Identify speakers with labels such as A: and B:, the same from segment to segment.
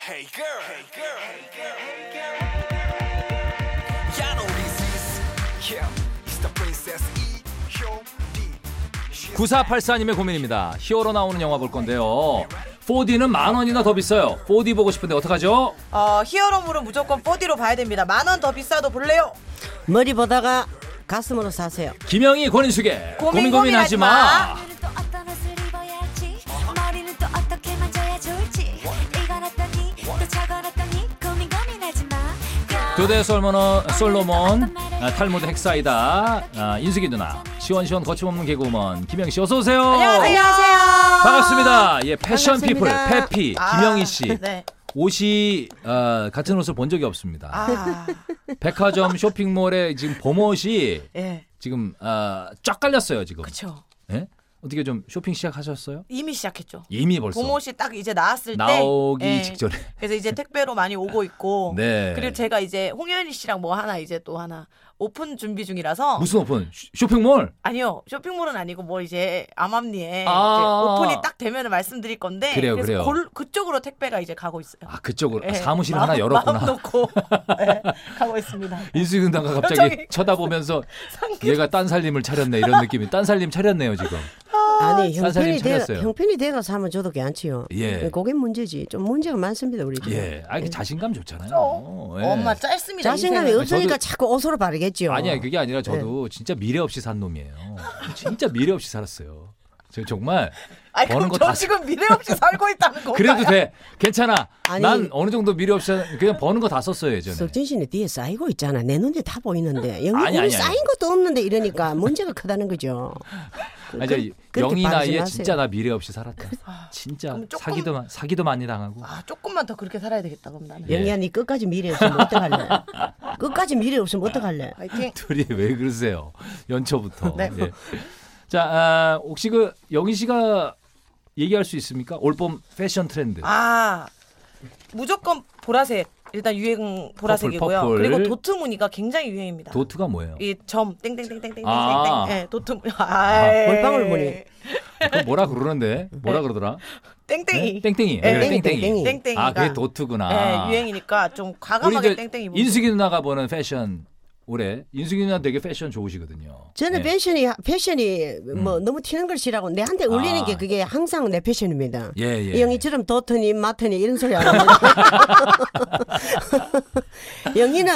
A: Hey girl, hey girl, hey girl, hey girl. Y'all know this is him. He's the princess E. Yo, D. She's
B: 9484님의 고민입니다. 히어로 나오는 영화 볼 건데요. 4D는 만 원이나 더 비싸요. 4D 보고 싶은데 어떡하죠?
C: 어, 히어로물은 무조건 4D로 봐야 됩니다. 만 원 더 비싸도 볼래요.
D: 머리 보다가 가슴으로 사세요.
B: 김영희 권인숙의
C: 고민,
B: 고민 고민하지
C: 고민하지
B: 마.
E: 오늘은 또 어떤 옷을 입어야지 머리는 또 어떻게 만져야 좋을지 이거놨더니 또 저거놨더니 고민 고민하지 마
B: 교대 솔모노, 솔로몬, 아, 탈모드 헥사이다, 아, 인숙이 누나, 시원시원 거침없는 개그우먼 김영희 씨 어서 오세요.
C: 안녕하세요.
B: 반갑습니다. 예, 패션 피플
D: 반갑습니다.
B: 페피
C: 아,
B: 김영희 씨
C: 네.
B: 옷이 아, 같은 옷을 본 적이 없습니다.
C: 아,
B: 백화점 쇼핑몰에 지금 봄옷이
C: 예.
B: 지금 아, 쫙 깔렸어요 지금.
C: 그쵸.
B: 예? 어떻게 좀 쇼핑 시작하셨어요?
C: 이미 시작했죠.
B: 이미 벌써
C: 봄옷이 딱 이제 나왔을 때
B: 나오기
C: 예.
B: 직전에.
C: 그래서 이제 택배로 많이 오고 있고
B: 네.
C: 그리고 제가 이제 홍현희 씨랑 뭐 하나 이제 또 하나 오픈 준비 중이라서
B: 무슨 오픈? 쇼- 쇼핑몰?
C: 아니요 쇼핑몰은 아니고 뭐 이제 암암리에
B: 아.
C: 이제 오픈이 딱 되면 말씀드릴 건데
B: 그래요,
C: 서
B: 그래요.
C: 그쪽으로 택배가 이제 가고 있어요.
B: 아 그쪽으로 아,
C: 예.
B: 사무실
C: 마음-
B: 하나 열었구나.
C: 마음 놓고 예, 가고 있습니다.
B: 인수인 누나가 갑자기
C: 표정이-
B: 쳐다보면서 얘가 딴 살림을 차렸네 이런 느낌이 딴 살림 차렸네요 지금
D: 아니
B: 선생님
D: 형편이 돼
B: 찾았어요.
D: 형편이 돼가 사면 저도 괜찮지요.
B: 예.
D: 그게 문제지. 좀 문제가 많습니다 우리 집.
B: 예 아, 이게 자신감 좋잖아요 예.
C: 엄마 짧습니다.
D: 자신감이
C: 인생은.
D: 없으니까
B: 저도-
D: 자꾸 옷으로 바르겠지요.
B: 아니야 그게 아니라
C: 예.
B: 저도 진짜 미래 없이 산 놈이에요 진짜 미래 없이 살았어요 저 정말
C: 아니
B: 버는
C: 그럼
B: 거
C: 저
B: 다
C: 지금 미래 없이 살고 있다는 거.
B: 그래도 돼 괜찮아
D: 아니.
B: 난 어느 정도 미래 없이 산- 그냥 버는 거 다 썼어요 예전에
D: 석진 씨는 뒤에 쌓이고 있잖아. 내 눈에 다 보이는데 영이
B: 네. 아니, 아니,
D: 우리
B: 아니.
D: 쌓인 것도 없는데 이러니까 문제가 크다는 거죠.
B: 아니,
D: 그-
B: 저
D: 그렇게
B: 영희
D: 바르지
B: 나이에
D: 마세요.
B: 진짜 나 미래 없이 살았다 진짜
C: 그럼 조금-
B: 사기도 마- 사기도 많이 당하고
C: 아 조금만 더 그렇게 살아야 되겠다 그럼 나는.
B: 예.
D: 영희야 니 끝까지 미래 없으면 어떡할래? 끝까지 미래 없으면 어떡할래?
C: 파이팅.
B: 둘이 왜 그러세요? 연초부터.
C: 네.
B: 예. 자, 아, 혹시 그 영희 씨가 얘기할 수 있습니까? 올봄 패션 트렌드.
C: 아 무조건 보라색 일단 유행 보라색이고요.
B: 퍼플, 퍼플.
C: 그리고 도트 무늬가 굉장히 유행입니다.
B: 도트가 뭐예요?
C: 이점 땡땡땡땡땡땡
B: 아.
C: 예, 도트 무늬. 아,
D: 골방울 무늬.
B: 그거 뭐라 그러는데? 뭐라 그러더라?
C: 땡땡이.
B: 네? 땡땡이.
C: 네,
B: 네, 그래,
D: 땡땡이,
B: 땡땡이.
C: 땡땡이.
B: 아, 그게
C: 땡땡이가.
B: 도트구나.
C: 예, 유행이니까 좀
B: 우리
C: 과감하게
B: 이제
C: 땡땡이 입으면
B: 인숙이 누나가 보는 패션 올해 인숙이 누나 되게 패션 좋으시거든요.
D: 저는
B: 네.
D: 패션이 패션이 뭐 너무 튀는 걸 싫어하고 내한테 울리는
B: 음. 아.
D: 게 그게 항상 내 패션입니다.
B: 예, 예.
D: 이 영희처럼 도트니 마트니 이런 소리 안 하고 영희는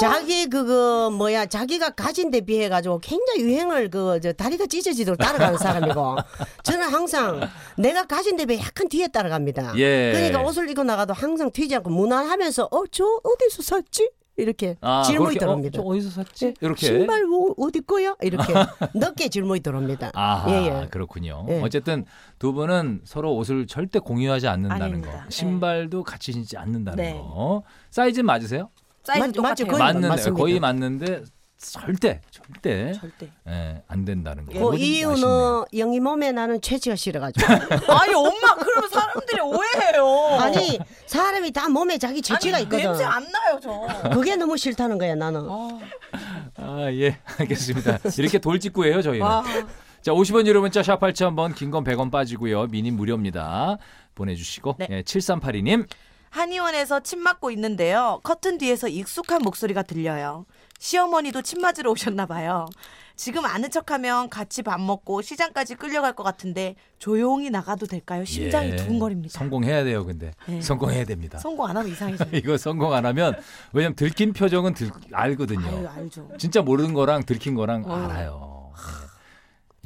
D: 자기 그거 뭐야 자기가 가진 데 비해 가지고 굉장히 유행을 그 저 다리가 찢어지도록 따라가는 사람이고 저는 항상 내가 가진 데 비해 약간 뒤에 따라갑니다.
B: 예.
D: 그러니까 옷을 입고 나가도 항상 튀지 않고 무난하면서 어 저 어디서 샀지? 이렇게
B: 아,
D: 질문이
B: 그렇게, 어,
D: 들어옵니다.
B: 저
D: 네.
B: 어디서 샀지? 이렇게.
D: 신발 뭐 어디 거야? 이렇게 늦게 질문이 들어옵니다.
B: 아하,
D: 예, 예.
B: 그렇군요.
D: 예.
B: 어쨌든 두 분은 서로 옷을 절대 공유하지 않는다는
C: 아닙니다.
B: 거.
C: 네.
B: 신발도 같이 신지 않는다는
C: 네.
B: 거. 사이즈 맞으세요?
C: 사이즈
D: 맞- 맞죠?
C: 똑같아요.
D: 거의 맞-
B: 맞는데
D: 맞습니다.
B: 거의 맞는데 절대 절대
C: 절대. 어,
B: 예, 안 된다는 거.
D: 그
B: 이거 좀 아쉽네요.
D: 이유는 영희 몸에 나는 체지가 싫어가지고
C: 아니 엄마 그러면 사람들이 오해해요.
D: 아니 사람이 다 몸에 자기 체지가
C: 아니,
D: 있거든
C: 냄새 안 나요 저.
D: 그게 너무 싫다는 거야 나는
B: 아, 예. 알겠습니다. 이렇게 돌직구예요, 저희는. 자, 50원 유료 문자 샵 8000번 긴 건 100원 빠지고요. 미니 무료입니다. 보내 주시고.
C: 네.
B: 예, 7382 님.
C: 한의원에서 침 맞고 있는데요. 커튼 뒤에서 익숙한 목소리가 들려요. 시어머니도 침 맞으러 오셨나 봐요. 지금 아는 척하면 같이 밥 먹고 시장까지 끌려갈 것 같은데 조용히 나가도 될까요? 심장이
B: 예.
C: 두근거립니다.
B: 성공해야 돼요, 근데.
C: 네.
B: 성공해야 됩니다.
C: 성공 안 하면 이상해져요.
B: 이거 성공 안 하면 왜냐면 들킨 표정은 들, 알거든요.
C: 아유 알죠.
B: 진짜 모르는 거랑 들킨 거랑 알아요. 예.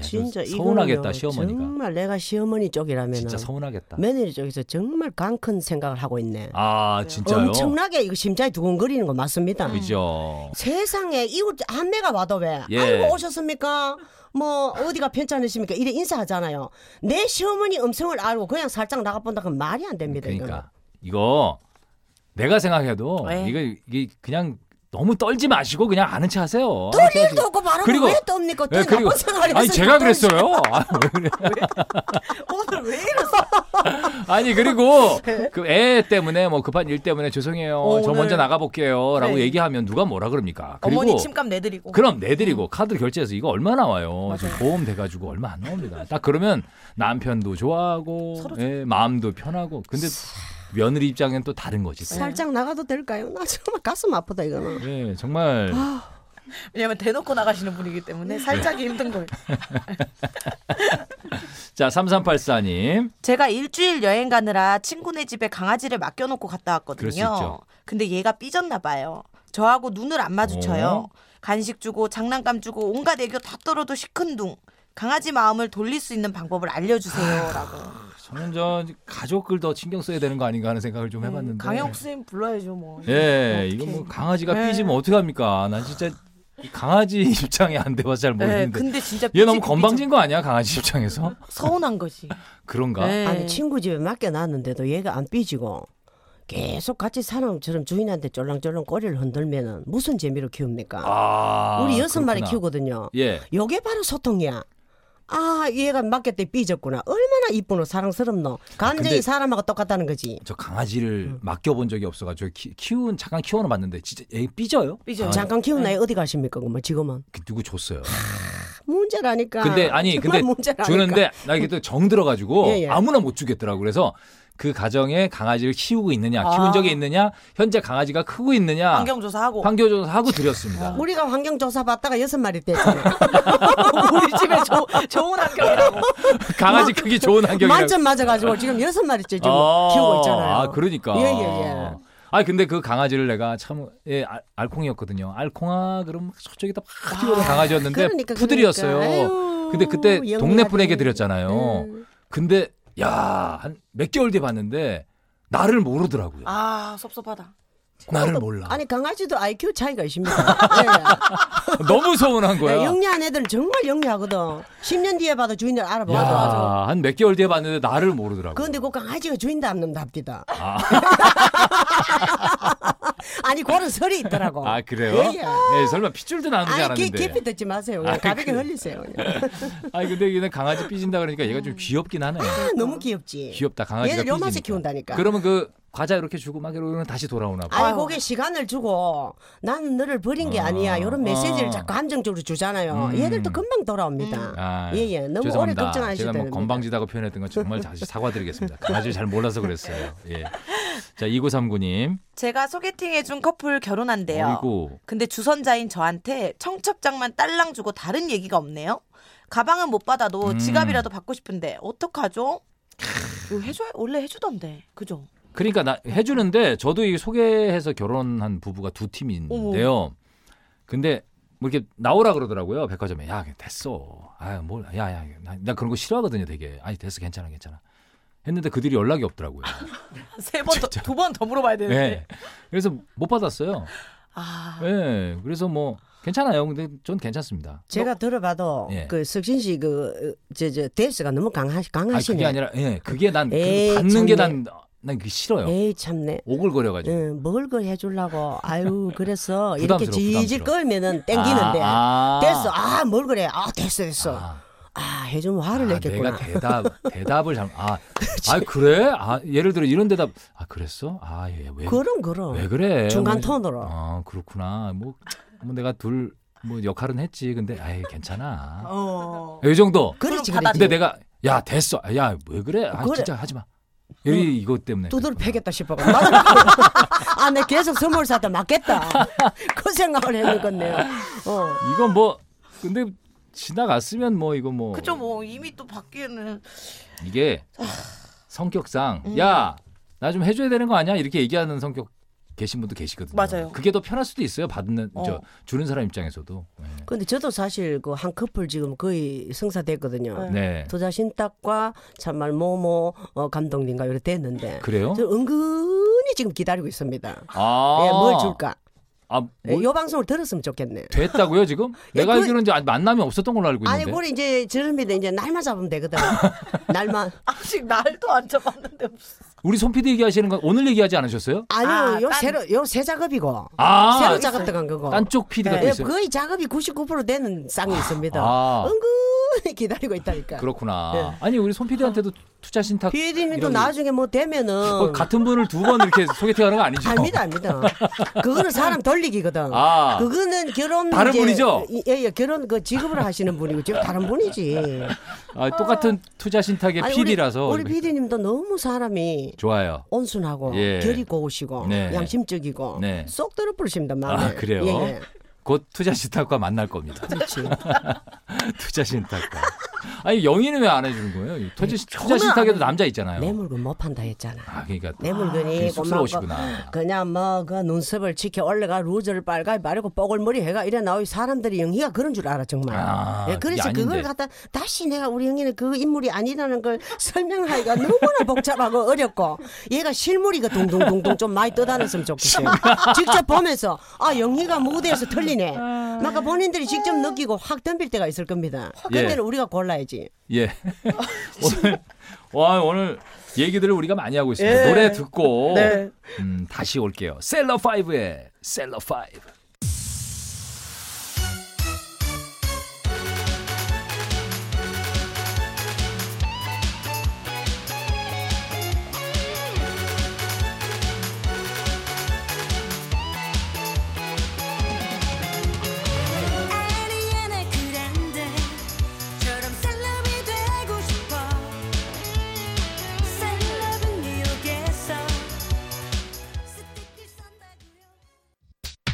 B: 야, 이거
D: 어. 진짜 이거는요,
B: 서운하겠다 시어머니가.
D: 정말 내가 시어머니 쪽이라면
B: 진짜 서운하겠다.
D: 며느리 쪽에서 정말 강큰 생각을 하고 있네
B: 아 진짜요?
D: 엄청나게 음. 이거 심장이 두근거리는 거 맞습니다
B: 그죠.
D: 세상에 이웃 한매가 와도 왜
B: 예.
D: 아이고 오셨습니까 뭐 어디가 편찮으십니까 이래 인사하잖아요 내 시어머니 음성을 알고 그냥 살짝 나가본다 그건 말이 안 됩니다
B: 그러니까 이거 내가 생각해도
C: 네.
B: 이거 이게 그냥 너무 떨지 마시고 그냥 아는 체 하세요.
D: 떨 일도 없고 말하는
B: 그리고-
D: 왜 떱니까? 또
B: 예,
D: 나쁜 생각을
B: 아니
D: 했으니까
B: 제가
D: 떨지.
B: 그랬어요. 아, 왜 그래요?
C: 오늘 왜 이러세요?
B: 아니 그리고 그 애 때문에 뭐 급한 일 때문에 죄송해요.
C: 어,
B: 저
C: 오늘-
B: 먼저 나가볼게요라고
C: 네.
B: 얘기하면 누가 뭐라 그럽니까? 그리고
C: 어머니 침값 내드리고. 음.
B: 그럼 내드리고 카드 결제해서 이거 얼마 나와요? 지금 보험 돼가지고 얼마 안 나옵니다. 딱 그러면 남편도 좋아하고 예, 마음도 편하고 근데 며느리 입장엔 또 다른 거지. 또.
D: 살짝 나가도 될까요? 나 정말 가슴 아프다 이거는.
B: 네, 정말
C: 아. 왜냐면 대놓고 나가시는 분이기 때문에 살짝이 힘든 거예요.
B: 자 3384님
C: 제가 일주일 여행 가느라 친구네 집에 강아지를 맡겨놓고 갔다
B: 그럴 수 있죠.
C: 왔거든요. 근데 얘가 삐졌나 봐요. 저하고 눈을 안 마주쳐요.
B: 어.
C: 간식 주고 장난감 주고 온갖 애교 다 떨어도 시큰둥. 강아지 마음을 돌릴 수 있는 방법을
B: 아,
C: 알려주세요라고.
B: 저는 저 가족을 더 신경 써야 되는 거 아닌가 하는 생각을 좀 해봤는데.
C: 강혁 쌤 불러야죠 뭐.
B: 예, 이건
D: 네.
B: 뭐 강아지가 삐지면 어떻게 합니까? 난 진짜 이 강아지 입장에 안 돼서 잘
C: 네,
B: 모르겠는데.
C: 근데 진짜
B: 뭐 얘 너무
C: 삐지-
B: 건방진 아. 거 아니야 강아지 입장에서?
C: 삐지- 서운한 거지.
B: 그런가?
C: 네.
D: 아니 친구 집에 맡겨놨는데도 얘가 안 삐지고 계속 같이 사람처럼 주인한테 쫄랑쫄랑 꼬리를 흔들면은 무슨 재미로 키웁니까?
B: 아,
D: 우리 여섯 마리
B: 그렇구나.
D: 키우거든요.
B: 예.
D: 요게 바로 소통이야. 아 얘가 맡겼대 삐졌구나. 얼마나 이쁘노 사랑스럽노. 감정이
B: 아, 근데-
D: 사람하고 똑같다는 거지.
B: 저 강아지를
D: 음.
B: 맡겨본 적이 없어가지고 키, 키운 잠깐 키워는 봤는데 진짜 애 삐져요?
C: 삐져요.
B: 강아지-
D: 잠깐 키운 나이 어디 가십니까? 그뭐 지금은
B: 그 누구 줬어요?
D: 문제라니까.
B: 근데 아니
D: 정말
B: 근데
D: 문제라니까.
B: 주는데 나 이게 또 정 들어가지고
D: 예, 예.
B: 아무나 못 주겠더라고 그래서 그 가정에 강아지를 키우고 있느냐
C: 아.
B: 키운 적이 있느냐 현재 강아지가 크고 있느냐
C: 환경 조사하고
B: 환경조사 하고 드렸습니다.
D: 우리가 환경 조사 받다가 여섯 마리 됐잖아.
C: 우리 집에 조, 좋은 환경이라고.
B: 강아지 크기 좋은 환경이라고.
D: 만점 맞아가지고 지금 여섯 마리째 지금
B: 아,
D: 키우고 있잖아요.
B: 아, 그러니까.
D: 예, 예, 예.
B: 아 근데 그 강아지를 내가 참 예, 알- 알콩이었거든요. 알콩아 그럼 저쪽에다 막 뛰어오는 강아지였는데
D: 그러니까,
B: 푸들이었어요.
D: 그러니까. 아유, 음.
B: 근데 그때 동네
D: 영리하네.
B: 분에게 드렸잖아요. 근데 야 한 몇 개월 뒤에 봤는데 나를 모르더라고요.
C: 아 섭섭하다.
B: 나를 몰라.
D: 어, 아니 강아지도 IQ 차이가 있습니다.
B: 너무 서운한
D: 예, 예.
B: 거야.
D: 영리한 애들은 정말 영리하거든. 10년 뒤에 봐도 주인을 알아봐.
B: 한 몇 개월 뒤에 봤는데 나를 모르더라고.
D: 그런데 그 강아지가 주인도 안는답디다
B: 아.
D: 아니 그런 설이 있더라고.
B: 아 그래요?
D: 예, 예.
B: 예, 설마 핏줄도 나는지
D: 아니
B: 알았는데.
D: 깊- 깊이 듣지 마세요.
B: 아,
D: 가볍게
B: 그래.
D: 흘리세요. 그냥.
B: 아니 근데 얘는 강아지 삐진다 그러니까 얘가 좀 귀엽긴 하네.
D: 아, 너무 귀엽지.
B: 그 귀엽다 강아지가
D: 얘들 요맛에
B: 삐지니까.
D: 키운다니까.
B: 그러면 그 과자 이렇게 주고 막 이러면 다시 돌아오나 봐.
D: 아니 그게 시간을 주고 나는 너를 버린 게
B: 아,
D: 아니야 이런 메시지를
B: 아.
D: 자꾸 함정적으로 주잖아요.
B: 음.
D: 얘들도 금방 돌아옵니다.
B: 아,
D: 예예 너무 오래
B: 죄송합니다.
D: 걱정 안 하셔도
B: 제가 뭐
D: 됩니다.
B: 건방지다고 표현했던 건 정말 다시 사과드리겠습니다. 강아지를 잘 몰라서 그랬어요. 예. 자 2939님.
C: 제가 소개팅해준 커플 결혼한대요.
B: 아이고.
C: 근데 주선자인 저한테 청첩장만 딸랑 주고 다른 얘기가 없네요. 가방은 못 받아도
B: 음.
C: 지갑이라도 받고 싶은데 어떡하죠? 이거 해줘야 원래 해주던데 그죠?
B: 그러니까 나 해주는데 저도 이 소개해서 결혼한 부부가 두 팀인데요. 근데 뭐 이렇게 나오라 그러더라고요 백화점에 야 됐어 아뭘야야 나, 나 그런 거 싫어하거든요 되게 아니 됐어 괜찮아 괜찮아 했는데 그들이 연락이 없더라고요
D: 아,
C: 세번두 번 더 물어봐야 되는데
B: 네. 그래서 못 받았어요
C: 아
B: 예 그래서 뭐 괜찮아요 근데 전 괜찮습니다
D: 제가 들어봐도
B: 예.
D: 그 석진 씨그저저 데이스가 너무 강하
B: 아 그게
D: 강하시네.
B: 아니라 예 그게 난그
D: 에이,
B: 받는 게
D: 참네.
B: 난 난 그게 싫어요
D: 에이 참네.
B: 오글거려가지고
D: 응, 먹을 걸 예, 그 해주려고 아유 그래서 이렇게
B: 부담스러워,
D: 질질
B: 부담스러워.
D: 끌면은 땡기는데
B: 아, 아.
D: 됐어 아 뭘 그래 아 됐어 됐어 아,
B: 아.
D: 해주면 화를
B: 아,
D: 냈겠구나
B: 내가 대답 대답을 잘못 아, 아 그래? 아 예를 들어 이런 대답 아 그랬어? 아 예 왜?
D: 그럼 그럼
B: 왜 그래? 뭐,
D: 중간 톤으로.
B: 아 그렇구나. 뭐, 뭐 내가 둘 뭐 역할은 했지. 근데 아이 괜찮아.
C: 어.
B: 이 정도.
D: 그렇지
C: 그럼 받아-
D: 그렇지
B: 근데 내가 야 됐어. 야 왜 그래? 아
D: 그래.
B: 진짜 하지 마. 이 이거 때문에.
D: 두드려
B: 그랬구나.
D: 패겠다 싶어가 맞아. 아, 내 계속 선물 사다 맞겠다. 그 생각을 했는 건데요. 어.
B: 이건 뭐 근데 지나갔으면 뭐 이거 뭐
C: 그죠 뭐 이미 또 받기에는
B: 이게 성격상
D: 음.
B: 야 나 좀 해줘야 되는 거 아니야 이렇게 얘기하는 성격 계신 분도 계시거든요.
C: 맞아요.
B: 그게 더 편할 수도 있어요. 받는
C: 어.
B: 저 주는 사람 입장에서도. 네.
D: 근데 저도 사실 그 한 커플 지금 거의 성사됐거든요.
B: 네.
D: 투자신탁과 참말 모모 어, 감독님과 이렇게 됐는데.
B: 그래요?
D: 저 은근히 지금 기다리고 있습니다.
B: 아,
D: 예, 뭘 줄까?
B: 아,
D: 예,
B: 뭘
D: 요 방송을 들었으면 좋겠네.
B: 됐다고요 지금? 내가
D: 그-
B: 알기로는 이제 만남이 없었던 걸로 알고
D: 아니,
B: 있는데.
D: 우리 이제 저럽니다. 이제 날만 잡으면 되거든. 날만.
C: 아직 날도 안 잡았는데 무슨
B: 우리 손 PD 얘기하시는 건 오늘 얘기하지 않으셨어요?
D: 아니요,
C: 아,
D: 요
C: 딴-
D: 새로, 요 새 작업이고.
B: 아,
D: 새로 작업 들어간 거고.
B: 딴쪽 PD가
C: 네.
B: 또
D: 예,
B: 있어요.
D: 거의 작업이 99% 되는 쌍이 있습니다.
B: 아.
D: 은근 충분히 기다리고 있다니까.
B: 그렇구나.
D: 예.
B: 아니 우리 손 PD한테도 투자 신탁
D: 비디님도
B: 이런-
D: 나중에 뭐 되면은
B: 어, 같은 분을 두 번 이렇게 소개팅하는 거 아니죠?
D: 압니다, 압니다. 그거는 사람 돌리기거든.
B: 아.
D: 그거는 결혼
B: 다른
D: 이제-
B: 분이죠?
D: 예, 예, 결혼 그 직업을 하시는 분이고 지금 다른 분이지.
B: 아, 똑같은 투자 신탁의
D: 어. 아니,
B: PD라서 그러니까.
D: 우리, 우리 PD님도 너무 사람이
B: 좋아요.
D: 온순하고
B: 예.
D: 결이 고우시고
B: 네.
D: 양심적이고
B: 네.
D: 쏙 들어 부르십니다 마음에.
B: 아 그래요.
D: 예, 예. 그렇죠.
B: 곧 투자 신탁과 만날 겁니다. 투자 신탁과. 아니 영희는 왜 안 해주는 거예요? 이 투자, 신- 투자 신탁에도 남자 있잖아요.
D: 내 물건 못 판다 했잖아.
B: 아 그러니까
D: 내 네. 물건이 뭐
B: 되게
D: 고마워.
B: 쑥스러우시구나.
D: 그냥 뭐 그 눈썹을 치켜 올려가 루저를 빨가 마르고 뽀글머리 해가 이래 나오이 사람들이 영희가 그런 줄 알아 정말.
B: 아,
D: 예, 그래서
B: 그게 아닌데.
D: 그걸 갖다 다시 내가 우리 영희는 그 인물이 아니라는 걸 설명하기가 너무나 복잡하고 어렵고 얘가 실물이가 동동동동 좀 많이 떠다녔으면 좋겠어요. 직접 보면서 아 영희가 무대에서 틀리네. 아까 본인들이 직접 느끼고 확 덤빌 때가 있을 겁니다.
B: 예.
D: 그때는 우리가 골라야지.
B: 예. 오늘 와 오늘 얘기들을 우리가 많이 하고
D: 예.
B: 있습니다. 노래 듣고
D: 네.
B: 음, 다시 올게요. 셀러 5의 셀러 5.
E: 아니야 나 그란데 저런 셀럽이 되고 싶어 셀럽은 뉴욕에서 스티커 산다고요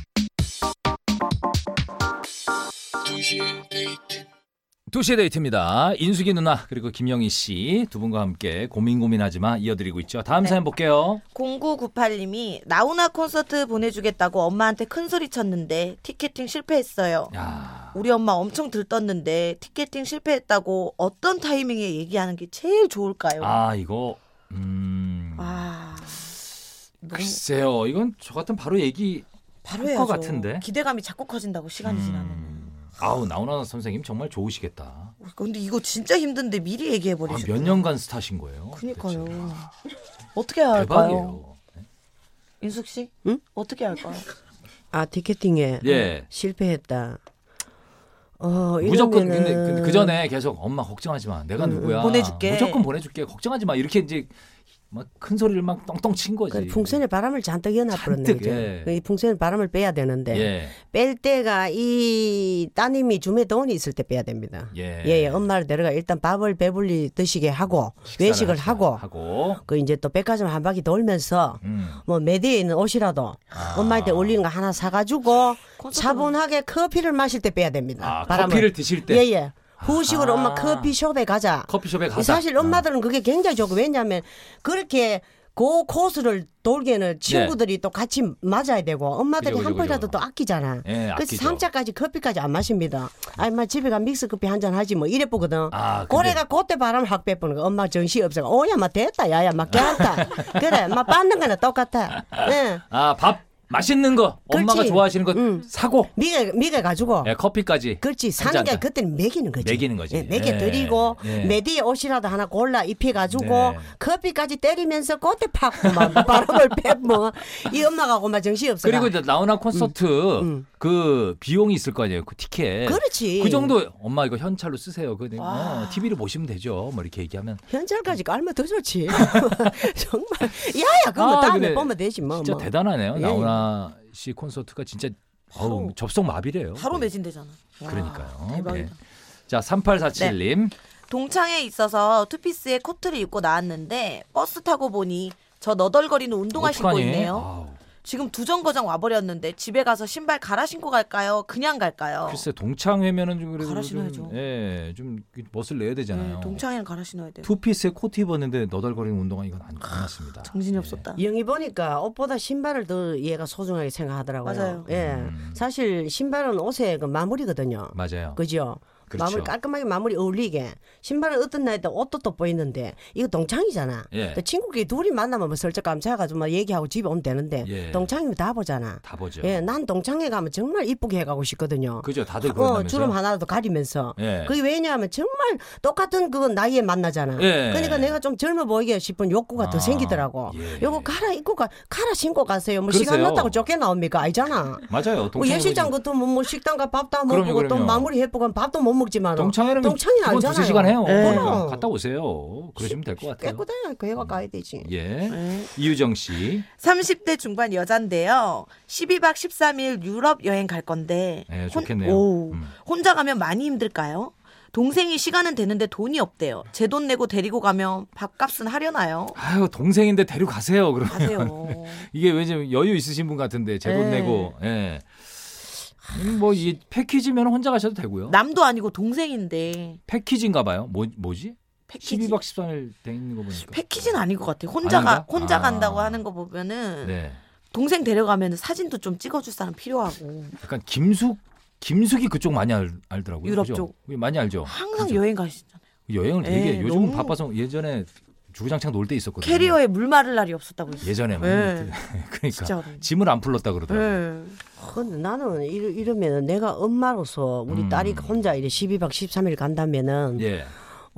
B: 두시의 데이트입니다. 인숙이 누나 그리고 김영희 씨 두 분과 함께 고민 고민하지만 이어드리고 있죠. 다음
D: 네.
B: 사연 볼게요.
C: 0998님이 나훈아 콘서트 보내주겠다고 엄마한테 큰 소리 쳤는데 티켓팅 실패했어요.
B: 야,
C: 우리 엄마 엄청 들떴는데 티켓팅 실패했다고 어떤 타이밍에 얘기하는 게 제일 좋을까요?
B: 아 이거 음
C: 아, 너무
B: 글쎄요. 이건 저 같은 바로 얘기
C: 바로
B: 할것
C: 해야죠.
B: 같은데. 음.
C: 기대감이 자꾸 커진다고 시간이 지나면.
B: 아우 나훈아 선생님 정말 좋으시겠다.
C: 근데 이거 진짜 힘든데 미리 얘기해
B: 아,
C: 버리죠.
B: 몇 년간 스타신 거예요.
C: 그니까요. 아,
B: 대체.
C: 어떻게 할까요?
B: 대박이에요.
C: 인숙 씨, 어떻게 할까요?
D: 아 티켓팅에
B: 예.
D: 실패했다. 어,
B: 무조건
D: 이러면은-
B: 근데, 근데 그 전에 계속 엄마 걱정하지 마. 내가 누구야.
C: 보내줄게.
B: 무조건 보내줄게. 걱정하지 마. 이렇게 이제 막 큰 소리를 막 떵떵 친 거지.
D: 그 풍선에 바람을 잔뜩 연합버렸네
B: 잔뜩,
D: 그죠?
B: 예.
D: 이 풍선에 바람을 빼야 되는데
B: 예.
D: 뺄 때가 이 따님이 줌에 돈이 있을 때 빼야 됩니다.
B: 예.
D: 예, 엄마를 데려가 일단 밥을 배불리 드시게 하고
B: 식사를
D: 외식을
B: 하자.
D: 하고,
B: 하고.
D: 그 이제 또 백화점 한 바퀴 돌면서
B: 음.
D: 뭐 매대에 있는 옷이라도
B: 아.
D: 엄마한테 올리는 거 하나 사가지고 차분하게 커피를 마실 때 빼야 됩니다.
B: 아, 커피를 드실 때?
D: 예예. 후식으로
B: 아.
D: 엄마 커피숍에 가자.
B: 커피숍에 가자. 음.
D: 사실 엄마들은 그게 굉장히 좋고 왜냐하면 그렇게 그 코스를 돌기에는 친구들이 또 같이 맞아야 되고 엄마들이
B: 네. 그죠, 그죠,
D: 한 번이라도
B: 그죠.
D: 또 아끼잖아.
B: 예,
D: 그래서
B: 아끼죠.
D: 3차까지 커피까지 안 마십니다. 아니, 마 집에 가 믹스 커피 한 잔 하지 뭐 이래 보거든.
B: 아, 근데-
D: 고래가 그때 바람 확 빼보는 거. 엄마 정신 없어. 오야, 마 됐다. 야야, 마 깨웠다. 그래, 마 빠는 거나 똑같아. 예.
B: 아, 밥 맛있는 거 엄마가
D: 그렇지.
B: 좋아하시는 거
D: 음.
B: 사고.
D: 미개 미개 가지고.
B: 예, 커피까지.
D: 그렇지
B: 한 잔,
D: 사는 게
B: 한 잔.
D: 그때는 먹이는 거지.
B: 먹이는 거지.
D: 예, 먹여
B: 예.
D: 드리고
B: 예.
D: 메디에 옷이라도 하나 골라 입혀가지고
B: 네.
D: 커피까지 때리면서 꽃에 팍고 막 바람을 빼고 이 엄마가 고마 정신 없어.
B: 그리고 이제 나훈아 콘서트 그 비용이 있을 거 아니에요. 그 티켓.
D: 음. 그렇지.
B: 그 정도 엄마 이거 현찰로 쓰세요. 그 어, TV로 보시면 되죠. 뭐 이렇게 얘기하면
D: 현찰까지 깔면 더 좋지. 정말 야야 그거
B: 아,
D: 다음에
B: 근데
D: 보면 되지 뭐.
B: 진짜
D: 뭐.
B: 대단하네요.
D: 예.
B: 나훈아 씨 콘서트가 진짜 어우, 접속 마비래요. 네.
C: 바로 매진되잖아. 와,
B: 그러니까요.
C: 대박이다.
B: 예. 자,
D: 네.
B: 3847님.
C: 동창회 있어서 투피스에 코트를 입고 나왔는데 버스 타고 보니 저 너덜거리는 운동화 신고 있네요.
B: 아우,
C: 지금 두 정거장 와버렸는데 집에 가서 신발 갈아 신고 갈까요? 그냥 갈까요?
B: 글쎄 동창회면은 좀 그래도
C: 갈아
B: 좀
C: 신어야죠.
B: 예, 좀 멋을 내야 되잖아요.
C: 네, 동창회는 갈아 신어야 돼요.
B: 투피스에 코트 입었는데 너덜거리는 운동화 이건 안,
D: 아,
B: 안 맞습니다.
C: 정신이 없었다.
B: 예.
D: 영희 보니까 옷보다 신발을 더 얘가 소중하게 생각하더라고요.
C: 맞아요.
D: 예, 사실 신발은 옷의 그 마무리거든요.
B: 음. 맞아요.
D: 그죠?
B: 그렇죠.
D: 마무리 깔끔하게 마무리 어울리게 신발은 어떤 나이 때 옷도 돋보이는데 이거 동창이잖아.
B: 예.
D: 또 친구끼리 둘이 만나면 뭐 슬쩍 감싸가지고 막 얘기하고 집에 오면 되는데
B: 예.
D: 동창이면 다 보잖아.
B: 다 보죠.
D: 예, 난 동창회 가면 정말 이쁘게 해가고 싶거든요.
B: 그죠. 다들
D: 어,
B: 그런다면서요.
D: 주름 하나라도 가리면서.
B: 예.
D: 그게 왜냐하면 정말 똑같은 그 나이에 만나잖아.
B: 예.
D: 그러니까 내가 좀 젊어 보이게 싶은 욕구가
B: 아,
D: 더 생기더라고.
B: 예.
D: 요거 갈아입고 가, 갈아 신고 가세요. 뭐 시간
B: 그러세요.
D: 났다고 쫓겨 나옵니까? 아니잖아.
B: 맞아요.
D: 뭐
C: 어,
B: 동창회
D: 예식장
B: 그
D: 같은 뭐, 뭐 식당 가 밥도 안
B: 그럼요,
D: 먹고 또
B: 그럼요.
D: 마무리 해보고 밥도 못 먹지 마라.
B: 동창회는
D: 동창회
B: 두번
D: 알잖아요.
B: 두세 시간 해요.
D: 네.
C: 어.
B: 그러니까
D: 그럼.
B: 갔다 오세요. 그러시면 될 것 같아요.
D: 깨고 다녀. 그 해가 가야 되지.
B: 예.
C: 네.
B: 이유정 씨.
C: 30대 중반 여잔데요. 12박 13일 유럽 여행 갈 건데.
B: 예,
C: 혼-
B: 좋겠네요.
C: 오,
B: 음.
C: 혼자 가면 많이 힘들까요? 동생이 시간은 되는데 돈이 없대요. 제 돈 내고 데리고 가면 밥값은 하려나요?
B: 아유, 동생인데 데려가세요. 그러면
C: 가세요.
B: 이게 왠지 여유 있으신 분 같은데 제 돈
D: 네.
B: 내고. 예. 뭐 이 패키지면 혼자 가셔도 되고요.
C: 남도 아니고 동생인데
B: 패키지인가 봐요. 뭐 뭐지?
C: 패키지
B: 12박 13일 돼 있는 거 보니까.
C: 패키지는 아닌 것 같아. 요 혼자
B: 아닌가?
C: 가 혼자
B: 아.
C: 간다고 하는 거 보면은
B: 네.
C: 동생 데려가면 사진도 좀 찍어줄 사람 필요하고
B: 약간 김숙 김숙이 그쪽 많이 알, 알더라고요.
C: 유럽
B: 그죠?
C: 쪽.
B: 많이 알죠.
C: 항상
B: 그죠?
C: 여행 가시잖아요.
B: 여행을 되게
C: 예,
B: 요즘은
C: 너무-
B: 바빠서 예전에 주구장창 놀 때 있었거든요.
C: 캐리어에 물 마를 날이 없었다고 했어요.
B: 예전에 막
C: 예.
B: 그러니까
C: 진짜로.
B: 짐을 안 풀렀다 그러더라고요.
C: 예.
D: 근데 나는 이러, 이러면은 내가 엄마로서 우리
B: 음.
D: 딸이 혼자 이래 12박 13일
C: 네.
D: 간다면은
B: 예.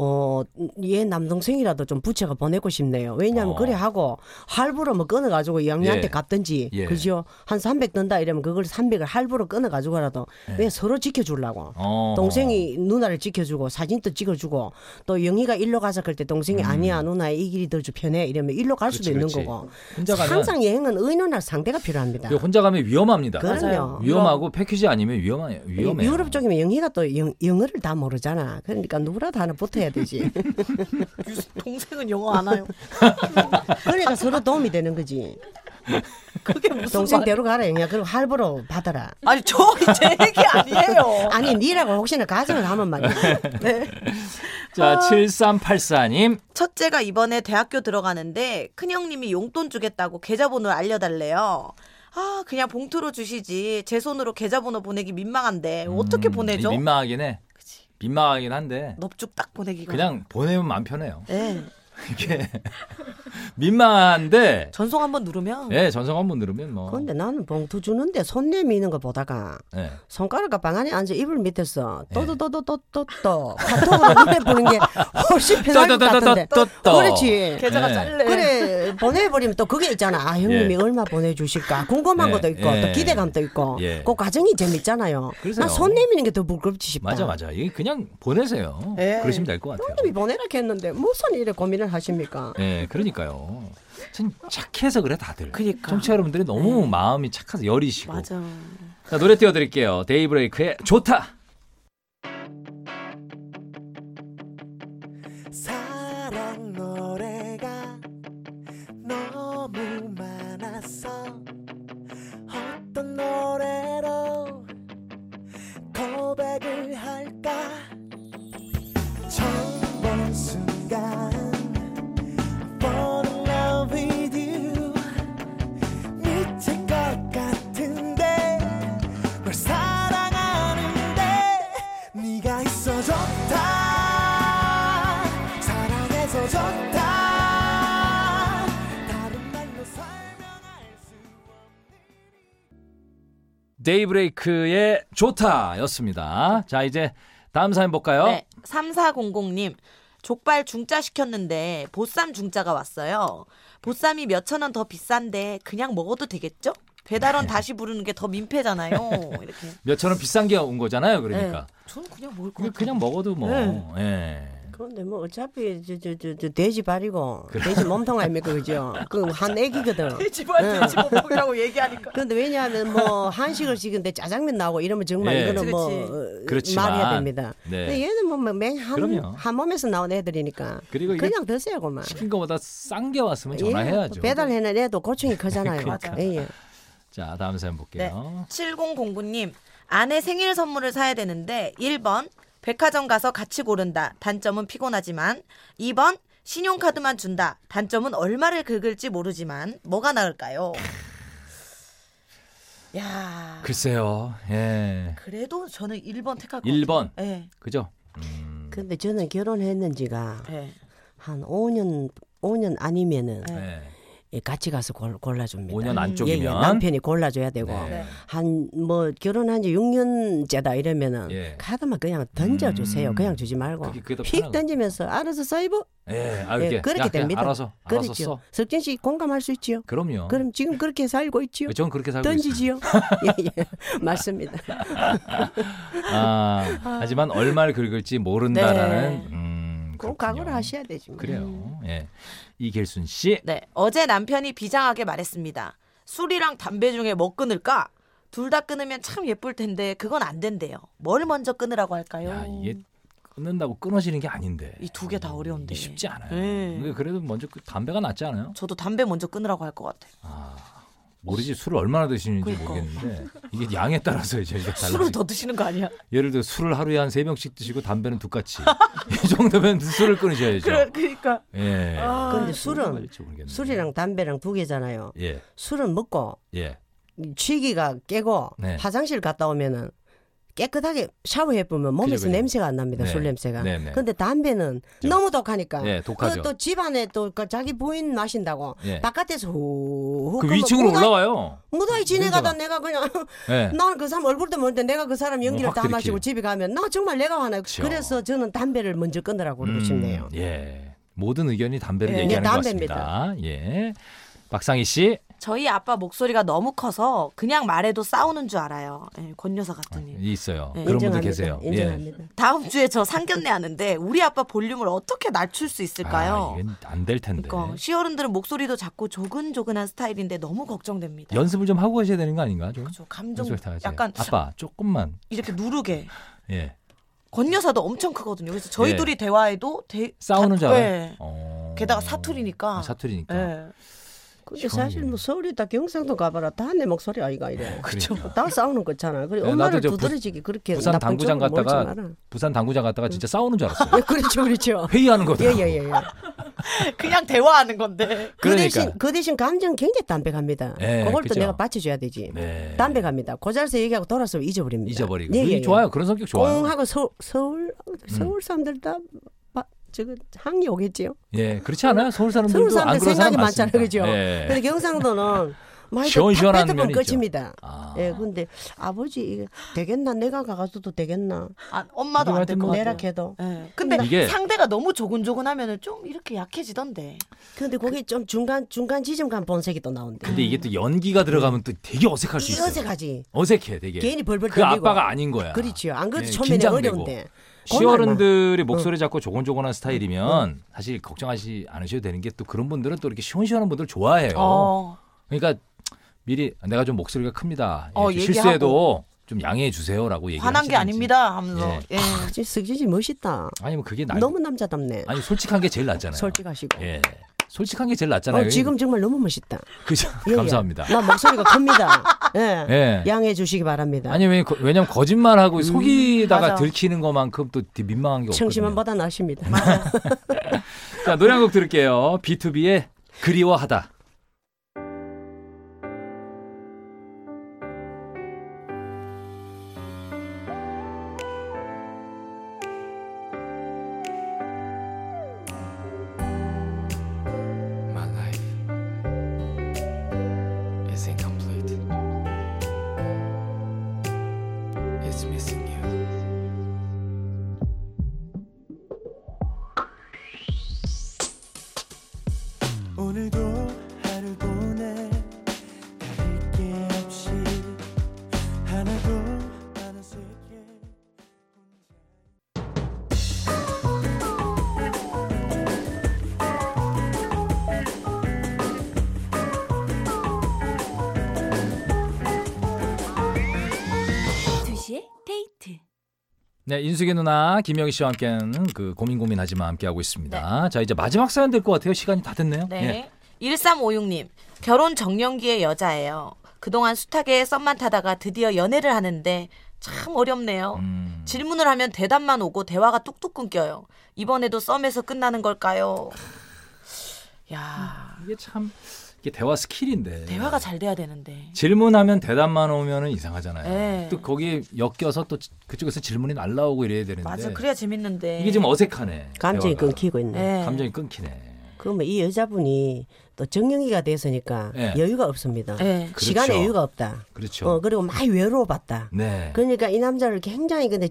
D: 어, 얘 남동생이라도 좀 부채가 보내고 싶네요. 왜냐하면
B: 어.
D: 그래 하고 할부로 뭐 끊어가지고 이 양녀한테
B: 예.
D: 갚든지
B: 예.
D: 그죠? 한 300 든다 이러면 그걸 300을 할부로 끊어가지고라도 왜 서로 지켜주려고.
B: 예. 어.
D: 동생이 누나를 지켜주고 사진도 찍어주고 또 영희가 일로 가자 그럴 때 동생이 아니야 누나 이 길이 더 주 편해 이러면 일로 갈 수도
B: 음. 그렇지,
D: 있는
B: 그렇지.
D: 거고
B: 혼자 가면-
D: 항상 여행은 의논할 상대가 필요합니다.
B: 근데 혼자 가면 위험합니다.
D: 그럼요.
B: 위험하고 패키지 아니면 위험해 위험해.
D: 유럽 쪽이면 영희가 또 영, 영어를 다 모르잖아. 그러니까 누구라도 하나 붙어야 되지.
C: 동생은 영어 안 해요.
D: 그러니까 서로 도움이 되는 거지.
C: 그게 무슨
D: 동생
C: 말-
D: 데려가라 영희야. 그리고 할부로 받아라.
C: 아니 저제 얘기 아니에요.
D: 아니 니라고 혹시나 가정을 하면 말이야.
B: 자,
D: 아.
B: 7384님.
C: 첫째가 이번에 대학교 들어가는데 큰형님이 용돈 주겠다고 계좌번호 알려달래요. 아 그냥 봉투로 주시지 제 손으로 계좌번호 보내기 민망한데 어떻게
B: 음,
C: 보내죠?
B: 민망하긴 해. 민망하긴 한데
D: 네.
C: 넙죽 딱 보내기가.
B: 그냥 보내면 마음 편해요.
C: 예.
B: 이게 민망한데
C: 전송 한번 누르면
B: 예, 전성 한번 누르면 뭐
D: 근데 나는 봉투 주는데 손 내미는 거 보다가
B: 예.
D: 손가락과 방 안에 앉아 이불 밑에서 또또또또또또또 카톡으로 눈에 보는 게 훨씬 편할 것 같은데.
B: 또또또또또또.
D: 그렇지.
C: 계좌가
B: 예.
C: 잘래.
D: 그래 보내버리면 또 그게 있잖아. 아 형님이
B: 예.
D: 얼마 보내주실까 궁금한
B: 예,
D: 것도 있고
B: 예.
D: 또 기대감도 있고
B: 예.
D: 그 과정이 재밌잖아요.
B: 글쎄요.
D: 난 손 내미는 게 더 부끄럽지 싶다.
B: 맞아 맞아. 이게 그냥 보내세요.
D: 예.
B: 그러시면 될 것 같아요.
D: 형님이 보내라 했는데 무슨 일에 고민을 하십니까?
B: 예, 그러니까요. 참 착해서 그래 다들.
C: 그러니까.
B: 청취자 여러분들이 너무 마음이 착해서 여리시고.
C: 맞아.
B: 자, 노래 띄워드릴게요. 데이브레이크의 좋다.
A: 사랑 노래가 너무 많아서 어떤 노래로 고백을 할까 처음 본 순간 Fall in love with you 미칠 것 같은데 널 사랑하는데 네가 있어 좋다 사랑해서 좋다 다른 말로 설명할 수
B: 데이브레이크의 좋다였습니다. 자, 이제 다음 사연 볼까요?
C: 네. 3400님. 족발 중짜 시켰는데 보쌈 중짜가 왔어요. 보쌈이 몇천 원 더 비싼데 그냥 먹어도 되겠죠? 배달원 다시 부르는 게 더 민폐잖아요. 이렇게.
B: 몇천 원 비싼 게 온 거잖아요. 그러니까.
C: 네. 저는 그냥 먹을 것
B: 이거
C: 같아요.
B: 그냥 먹어도 뭐. 예.
D: 그런데 뭐 어차피 저 저 저 저 돼지 발이고 돼지 몸통 아닙니까 그죠? 그 한 애기거든.
C: 돼지발 돼지볶음이라고 얘기하니까.
D: 그런데 왜냐하면 뭐 한식을 시키는데 짜장면 나오고 이러면 정말
B: 예.
D: 이거는 뭐
C: 그렇지.
D: 어,
B: 그렇지만,
D: 말해야 됩니다.
B: 네.
D: 근데 얘는 뭐
B: 그럼요.
D: 뭐맨한한 몸에서 나온 애들이니까
B: 그리고 이게
D: 그냥 드세요 그만.
B: 시킨 거보다 싼 게 왔으면
D: 예,
B: 전화해야죠. 그러니까.
D: 배달해는 애도 고충이 크잖아요. 예, 예.
B: 자, 다음 사연
C: 네.
B: 볼게요.
C: 7009님. 아내 생일 선물을 사야 되는데 1번 백화점 가서 같이 고른다. 단점은 피곤하지만 2번 신용카드만 준다. 단점은 얼마를 긁을지 모르지만 뭐가 나을까요? 야.
B: 그 글쎄요. 예.
C: 그래도 저는 1번 택할 것
B: 일
C: 같아요.
B: 번.
C: 1번. 예.
B: 그죠? 음.
D: 근데
B: 네.
D: 저는 결혼했는지가
C: 예. 네.
D: 한 5년 5년 아니면은
B: 예.
D: 예, 같이 가서 골, 골라줍니다.
B: 네. 5년
D: 예, 예,
B: 안쪽이면
D: 남편이 골라줘야 되고
B: 네.
D: 한 뭐 결혼한 지 6년째다 이러면은
B: 예.
D: 카드만 그냥 던져주세요.
B: 음.
D: 그냥 주지 말고
B: 그게- 그게 더
D: 휙
B: 편하거든요.
D: 던지면서 알아서 써입어.
B: 예, 아,
D: 예,
B: 이렇게
D: 그렇게
B: 야, 그냥
D: 됩니다.
B: 알아서 알아서
D: 그렇죠.
B: 써.
D: 석진 씨 공감할 수 있지요.
B: 그럼요.
D: 그럼 지금 그렇게 살고 있지요.
B: 저는 그렇게 살고 있어요.
D: 던지지요. 예, 예. 맞습니다.
B: 아, 하지만 얼마를 긁을지 모른다라는 음,
D: 네.
B: 그렇군요.
D: 그건 각오를 하셔야 되지. 뭐.
B: 그래요. 예. 이길순 씨.
C: 네, 어제 남편이 비장하게 말했습니다. 술이랑 담배 중에 뭐 끊을까? 둘 다 끊으면 참 예쁠 텐데 그건 안 된대요. 뭘 먼저 끊으라고
D: 네.
C: 할까요?
B: 야, 이게 끊는다고 끊어지는 게 아닌데.
C: 이두개다
B: 음, 이게
C: 어려운데.
B: 쉽지 않아요.
C: 네.
B: 근데 그래도 먼저 그 담배가 낫지 않아요?
C: 저도 담배 먼저 끊으라고 할 것 같아요.
B: 모르지 술을 얼마나 드시는지
C: 그러니까.
B: 모르겠는데 이게 양에 따라서 저희가
C: 술을
B: 달라지.
C: 더 드시는 거 아니야?
B: 예를 들어 술을 하루에 한 세 병씩 드시고 담배는 두 까치. 이 정도면 술을 끊으셔야죠.
C: 그러니까.
B: 예.
D: 그런데
B: 뭐가
D: 아, 술은
B: 될지 모르겠네.
D: 술이랑 담배랑 두 개잖아요.
B: 예.
D: 술은 먹고
B: 예.
D: 취기가 깨고
B: 네.
D: 화장실 갔다 오면은 깨끗하게 샤워해 보면 몸에서
B: 그죠, 그죠.
D: 냄새가 안 납니다.
B: 네.
D: 술 냄새가.
B: 네, 네.
D: 근데 담배는 너무 독하니까.
B: 네, 독하죠.
D: 그또 집안에 또그 자기 부인 마신다고
B: 예.
D: 바깥에서 후후
B: 그 위층으로 올라와요.
D: 무더위 지내가다 내가 그냥
B: 예.
D: 나는 그 사람 얼굴도 모르는데 내가 그 사람 연기를
B: 확
D: 다
B: 들이키고.
D: 마시고 집에 가면 나 정말 내가 화나요.
B: 그쵸.
D: 그래서 저는 담배를 먼저 끊으라고 그러고 싶네요.
B: 음, 예. 모든 의견이 담배를
C: 예.
B: 얘기하는
D: 예,
B: 것 같습니다. 예. 박상희 씨.
C: 저희 아빠 목소리가 너무 커서 그냥 말해도 싸우는 줄 알아요. 예, 권 여사 같더니.
B: 아, 있어요.
C: 예.
B: 그런
D: 네, 인정합니다.
B: 분들 계세요.
D: 인정합니다.
B: 예.
C: 다음 주에 저 상견례 하는데 우리 아빠 볼륨을 어떻게 낮출 수 있을까요?
B: 아, 네. 이건 안 될 텐데.
C: 그러니까 시어른들은 목소리도 작고 조근조근한 스타일인데 너무 걱정됩니다.
B: 연습을 좀 하고 하셔야 되는 거 아닌가? 좀?
C: 저 감정
B: 연습을 다 하세요.
C: 약간
B: 아빠 조금만.
C: 이렇게 누르게
B: 예.
C: 권 여사도 엄청 크거든요. 그래서 저희
B: 예.
C: 둘이 대화해도 대,
B: 싸우는 줄
C: 다-
B: 알아요.
C: 예.
B: 어.
C: 게다가 사투리니까.
B: 아, 사투리니까.
C: 예.
D: 근데 사실 뭐 서울이다 경상도 가봐라 다 내 목소리 아이가 이래.
B: 어, 그쵸.
D: 다 싸우는 거잖아. 그래
B: 그러니까. 예,
D: 엄마를
B: 나도 저 부-
D: 두드러지게 그렇게
B: 부산
D: 예. 나쁜
B: 당구장
D: 쪽으로 몰지
B: 갔다가
D: 마라.
B: 부산 당구장 갔다가 진짜 싸우는 줄 알았어요.
D: 예, 그렇죠, 그렇죠.
B: 회의하는 거다.
D: 예예예. 예, 예.
C: 그냥 대화하는 건데.
D: 그
B: 그러니까.
D: 대신 그 대신 감정 굉장히 담백합니다.
B: 예,
D: 그걸 또
B: 그죠.
D: 내가 받쳐줘야 되지.
B: 네.
D: 담백합니다. 고잘서 얘기하고 돌아서 잊어버립니다.
B: 잊어버리고.
D: 예,
B: 이
D: 예, 예.
B: 좋아요. 그런 성격 좋아요. 음.
D: 꽁하고 서, 서울 서울 사람들 다 바- 저거 항의 오겠지요.
B: 예, 그렇지 않아요? 서울 사람들도
D: 서울
B: 안
D: 사람들
B: 그런 사람
D: 생각이
B: 많습니다.
D: 많잖아요, 그죠? 그러니까
B: 예.
D: 근데 경상도는 많이
B: 시원시원한
D: 탁 뱉으면
B: 면이 있죠.
D: 끝입니다.
B: 아.
D: 예, 근데 아버지 이게 되겠나 내가 가가서도 되겠나
C: 아, 엄마도 안 될 것
B: 뭐
C: 같아요.
D: 내락해도.
C: 예. 근데
B: 이게-
C: 상대가 너무 조근조근하면 좀 이렇게 약해지던데.
D: 근데 거기 좀 중간 중간 지점 간 본색이 또 나온대.
B: 근데 이게 또 연기가 들어가면 또 되게 어색할 수
D: 이
B: 있어요.
D: 어색하지.
B: 어색해, 되게.
D: 괜히 벌벌
B: 그
D: 떨리고.
B: 아빠가 아닌 거야.
D: 그렇죠. 안 그래도
B: 예,
D: 처음에는
B: 긴장되고.
D: 어려운데. 뭐.
B: 시어른들이 목소리 잡고 조곤조곤한
D: 어.
B: 스타일이면 사실 걱정하지 않으셔도 되는 게 또 그런 분들은 또 이렇게 시원시원한 분들 좋아해요.
C: 어.
B: 그러니까 미리 내가 좀 목소리가 큽니다.
C: 어,
B: 예, 좀
C: 얘기하고.
B: 실수해도 좀 양해해 주세요라고 얘기를
C: 화난 게
B: 하시든지.
C: 아닙니다 하면서. 예.
D: 진짜 승진씨 멋있다.
B: 아니면 뭐 그게 나
D: 너무 남자답네.
B: 아니 솔직한 게 제일 낫잖아요.
D: 솔직하시고.
B: 예. 솔직한 게 제일
D: 어,
B: 낫잖아요.
D: 지금 정말 너무 멋있다.
B: 그죠?
D: 예, 예.
B: 감사합니다.
D: 나 목소리가 큽니다. 예.
B: 예.
D: 양해해 주시기 바랍니다.
B: 아니 왜 거- 왜냐면 거짓말하고 속이다가
C: 음, 맞아.
B: 들키는 것만큼 또 디- 민망한 게 없거든요.
D: 청심환보다 나십니다.
B: 자 노래 한 곡 들을게요. B2B의 그리워하다.
F: My life is incomplete. It's missing you.
A: 오늘도 하루 보내 다를 게 없이 하나도 안 어색해
E: 두시에 데이트
B: 네 인숙이 누나 김영희 씨와 함께하는 그 고민 고민하지만 함께하고 있습니다. 자 이제 마지막 사연 될 것 같아요. 시간이 다 됐네요. 예.
C: 네. 1356님. 결혼 정년기의 여자예요. 그동안 숱하게 썸만 타다가 드디어 연애를 하는데 참 어렵네요.
B: 음,
C: 질문을 하면 대답만 오고 대화가 뚝뚝 끊겨요. 이번에도 썸에서 끝나는 걸까요? 야,
B: 이게 참 이게 대화 스킬인데.
C: 대화가 잘 돼야 되는데.
B: 질문하면 대답만 오면은 이상하잖아요.
C: 네.
B: 또 거기에 엮여서 또 지- 그쪽에서 질문이 날라오고 이래야 되는데.
C: 맞아, 그래야 재밌는데.
B: 이게 좀 어색하네.
D: 감정이
B: 대화가.
D: 끊기고 있네.
C: 네.
B: 감정이 끊기네.
D: 그러면 이 여자분이 또 정령기가 됐으니까
B: 예.
D: 여유가 없습니다.
C: 예.
D: 시간에
B: 그렇죠.
D: 여유가 없다.
B: 그렇죠.
D: 어, 그리고 많이 외로워봤다.
B: 네.
D: 그러니까 이 남자를 굉장히 근데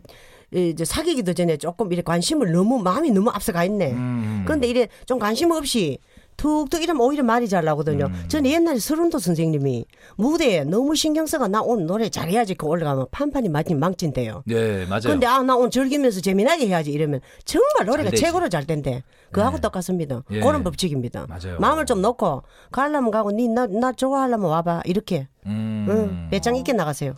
D: 이제 사귀기도 전에 조금 이래 관심을 너무 마음이 너무 앞서가 있네.
B: 음.
D: 그런데 이래 좀 관심 없이 툭툭 이러면 오히려 말이 잘 나거든요.
B: 음.
D: 저는 옛날에 서른도 선생님이 무대에 너무 신경 써가 나 오늘 노래 잘해야지 그 올라가면 판판이 맞긴 망친대요.
B: 네, 맞아요.
D: 근데 아 나 오늘 즐기면서 재미나게 해야지 이러면 정말
B: 잘
D: 노래가
B: 되지.
D: 최고로 잘 된대. 그하고 똑같습니다.
B: 예.
D: 그런 법칙입니다.
B: 맞아요.
D: 마음을 좀 놓고 가려면 가고 니나 나 좋아하려면 와봐 이렇게
B: 음,
D: 응. 배짱 있게 나가세요.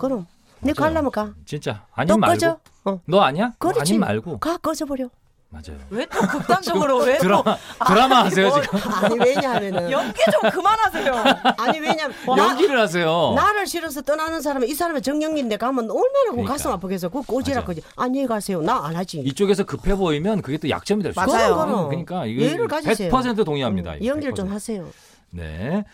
D: 그럼 니 가려면 가.
B: 진짜 아님
D: 또
B: 말고.
D: 꺼져. 어.
B: 너 아니야? 너
D: 그렇지.
B: 아님 말고.
D: 가 꺼져버려. 어,
B: 맞아요.
C: 왜 또 극단적으로 왜 또 아,
B: 드라마
D: 아,
B: 드라마 하세요
D: 뭐,
B: 지금.
D: 아니 왜냐하면은
C: 연기 좀 그만하세요.
D: 아니 왜냐면 나,
B: 연기를 하세요.
D: 뭐, 나를 싫어서 떠나는 사람이 이 사람이 정영인데 가면 얼마나 그
B: 그러니까.
D: 가슴 아프겠어. 그 꼬지락
B: 맞아.
D: 거지. 안녕히 가세요. 나 안 하지.
B: 이쪽에서 급해 보이면 그게 또 약점이 될 수 있어요.
C: 맞아요.
D: 그럼.
B: 그러니까
D: 예의를
B: 이거
D: 가지세요. 음,
B: 100% 동의합니다. 이거
D: 연기를 좀
B: 100%.
D: 하세요.
B: 네.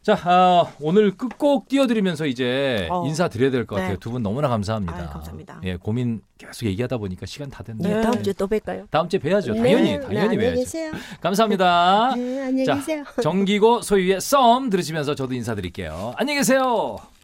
B: 자, 아, 오늘 끝곡 띄워드리면서 이제
C: 어.
B: 인사드려야 될 것 같아요.
C: 네.
B: 두 분 너무나 감사합니다.
C: 아유, 감사합니다.
B: 예, 고민 계속 얘기하다 보니까 시간 다 됐네요.
D: 네. 다음 주에 또 뵐까요?
B: 다음 주에 뵈야죠.
D: 네.
B: 당연히,
D: 네,
B: 당연히
D: 안녕히
B: 뵈야죠.
D: 계세요.
B: 감사합니다.
D: 네, 안녕히
B: 자,
D: 계세요.
B: 정기고 소유의 썸 들으시면서 저도 인사드릴게요. 안녕히 계세요.